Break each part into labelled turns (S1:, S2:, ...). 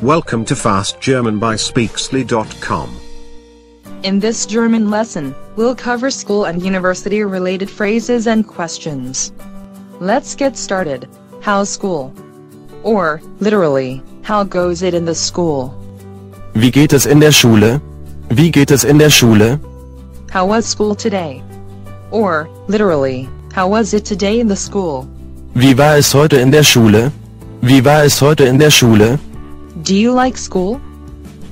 S1: Welcome to Fast German by Speaksly.com.
S2: In this German lesson, we'll cover school and university related phrases and questions. Let's get started. How's school? Or, literally, how goes it in the school?
S3: Wie geht es in der Schule? Wie geht es in der Schule?
S2: How was school today? Or, literally, how was it today in the school?
S3: Wie war es heute in der Schule? Wie war es heute in der Schule?
S2: Do you like school?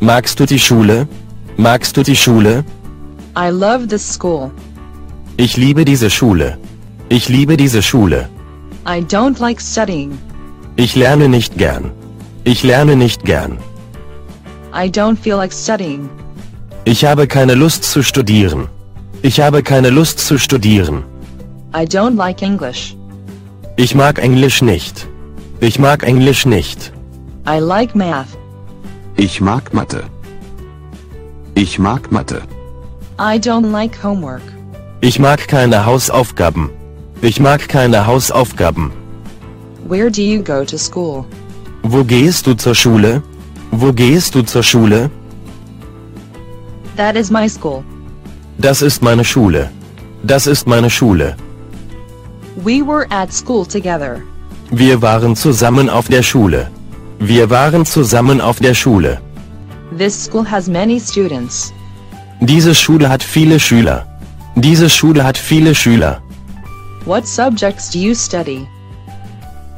S3: Magst du die Schule? Magst du die Schule?
S2: I love this school.
S3: Ich liebe diese Schule. Ich liebe diese Schule.
S2: I don't like studying.
S3: Ich lerne nicht gern. Ich lerne nicht gern.
S2: I don't feel like studying.
S3: Ich habe keine Lust zu studieren. Ich habe keine Lust zu studieren.
S2: I don't like English.
S3: Ich mag Englisch nicht. Ich mag Englisch nicht.
S2: I like math.
S4: Ich mag Mathe. Ich mag Mathe.
S2: I don't like homework.
S3: Ich mag keine Hausaufgaben. Ich mag keine Hausaufgaben.
S2: Where do you go to school?
S3: Wo gehst du zur Schule? Wo gehst du zur Schule?
S2: That is my school.
S3: Das ist meine Schule. Das ist meine Schule.
S2: We were at school together.
S3: Wir waren zusammen auf der Schule. Wir waren zusammen auf der Schule.
S2: This school has many students.
S3: Diese Schule hat viele Schüler. Diese Schule hat viele Schüler.
S2: What subjects do you study?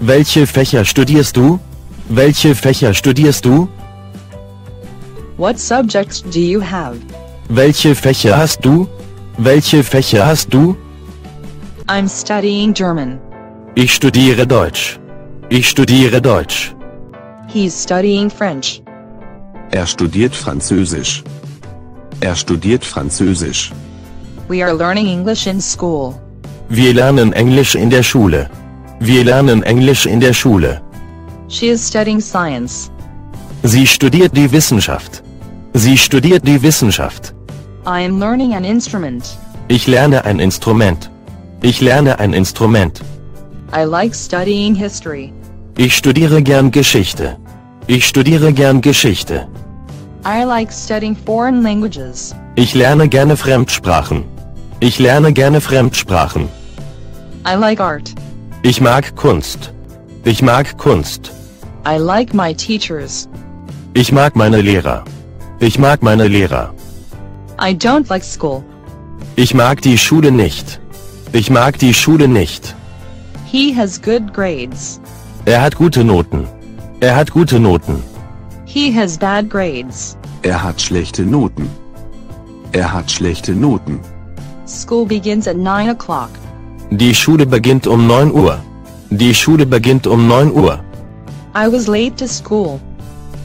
S3: Welche Fächer studierst du? Welche Fächer studierst du?
S2: What subjects do you have?
S3: Welche Fächer hast du? Welche Fächer hast du?
S2: I'm studying German.
S3: Ich studiere Deutsch. Ich studiere Deutsch.
S2: He's studying French.
S4: Er studiert Französisch. Er studiert Französisch.
S2: We are learning English in school.
S3: Wir lernen Englisch in der Schule. Wir lernen Englisch in der Schule.
S2: She is studying science.
S3: Sie studiert die Wissenschaft. Sie studiert die Wissenschaft.
S2: I am learning an instrument.
S3: Ich lerne ein Instrument. Ich lerne ein Instrument.
S2: I like studying history.
S3: Ich studiere gern Geschichte. Ich studiere gern Geschichte.
S2: I like studying foreign languages.
S3: Ich lerne gerne Fremdsprachen. Ich lerne gerne Fremdsprachen.
S2: I like art.
S3: Ich mag Kunst. Ich mag Kunst.
S2: I like my teachers.
S3: Ich mag meine Lehrer. Ich mag meine Lehrer.
S2: I don't like school.
S3: Ich mag die Schule nicht. Ich mag die Schule nicht.
S2: He has good grades.
S3: Er hat gute Noten. Er hat gute Noten.
S2: He has bad grades.
S4: Er hat schlechte Noten. Er hat schlechte Noten.
S2: School begins at 9 o'clock.
S3: Die Schule beginnt um 9 Uhr. Die Schule beginnt um 9 Uhr.
S2: I was late to school.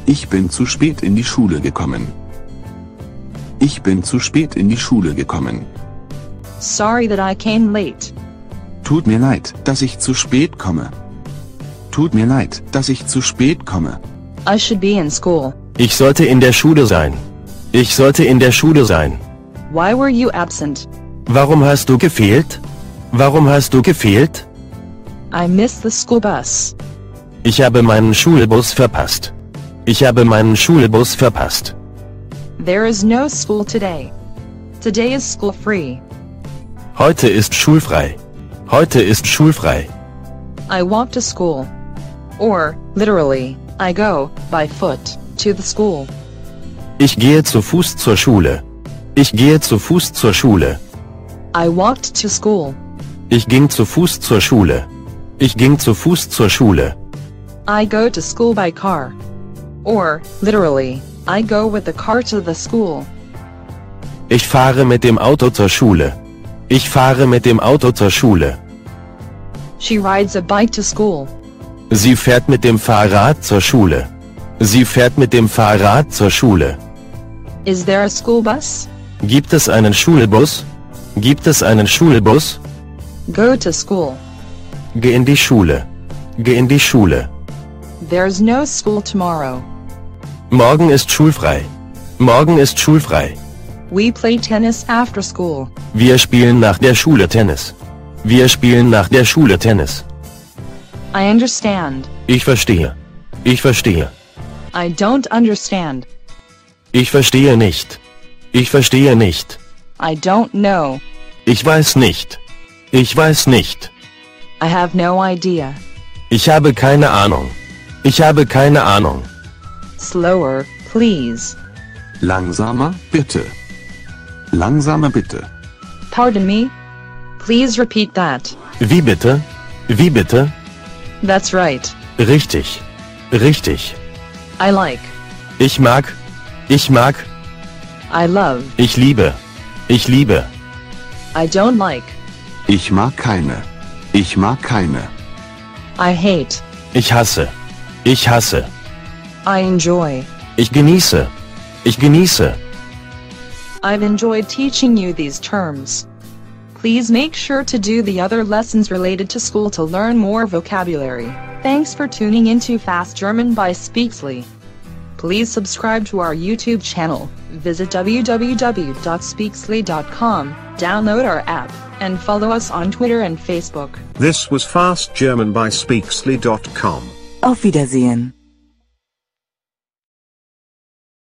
S4: Ich bin zu spät in die Schule gekommen. Ich bin zu spät in die Schule gekommen.
S2: Sorry that I came late.
S4: Tut mir leid, dass ich zu spät komme. Tut mir leid, dass ich zu spät komme.
S2: I should be in school.
S3: Ich sollte in der Schule sein. Ich sollte in der Schule sein.
S2: Why were you absent?
S3: Warum hast du gefehlt? Warum hast du gefehlt?
S2: I missed the school bus.
S3: Ich habe meinen Schulbus verpasst. Ich habe meinen Schulbus verpasst.
S2: There is no school today. Today is school free.
S3: Heute ist schulfrei. Heute ist schulfrei.
S2: I walk to school. Or, literally, I go, by foot, to the school.
S3: Ich gehe zu Fuß zur Schule. Ich gehe zu Fuß zur Schule.
S2: I walked to school.
S3: Ich ging zu Fuß zur Schule. Ich ging zu Fuß zur Schule.
S2: I go to school by car. Or, literally, I go with the car to the school.
S3: Ich fahre mit dem Auto zur Schule. Ich fahre mit dem Auto zur Schule.
S2: She rides a bike to school.
S3: Sie fährt mit dem Fahrrad zur Schule. Sie fährt mit dem Fahrrad zur Schule.
S2: Is there a school bus?
S3: Gibt es einen Schulbus? Gibt es einen Schulbus?
S2: Go to school.
S3: Geh in die Schule. Geh in die Schule.
S2: There's no school tomorrow.
S3: Morgen ist schulfrei. Morgen ist schulfrei.
S2: We play tennis after school.
S3: Wir spielen nach der Schule Tennis. Wir spielen nach der Schule Tennis.
S2: I understand.
S3: Ich verstehe. Ich verstehe.
S2: I don't understand.
S3: Ich verstehe nicht. Ich verstehe nicht.
S2: I don't know.
S3: Ich weiß nicht. Ich weiß nicht.
S2: I have no idea.
S3: Ich habe keine Ahnung. Ich habe keine Ahnung.
S2: Slower, please.
S4: Langsamer, bitte. Langsamer, bitte.
S2: Pardon me? Please repeat that.
S3: Wie bitte? Wie bitte?
S2: That's right.
S3: Richtig. Richtig.
S2: I like.
S3: Ich mag. Ich mag.
S2: I love.
S3: Ich liebe. Ich liebe.
S2: I don't like.
S4: Ich mag keine. Ich mag keine.
S2: I hate.
S3: Ich hasse. Ich hasse.
S2: I enjoy.
S3: Ich genieße. Ich genieße.
S2: I've enjoyed teaching you these terms. Please make sure to do the other lessons related to school to learn more vocabulary. Thanks for tuning into Fast German by Speaksly. Please subscribe to our YouTube channel, visit www.speaksly.com, download our app, and follow us on Twitter and Facebook.
S1: This was Fast German by Speaksly.com.
S5: Auf Wiedersehen.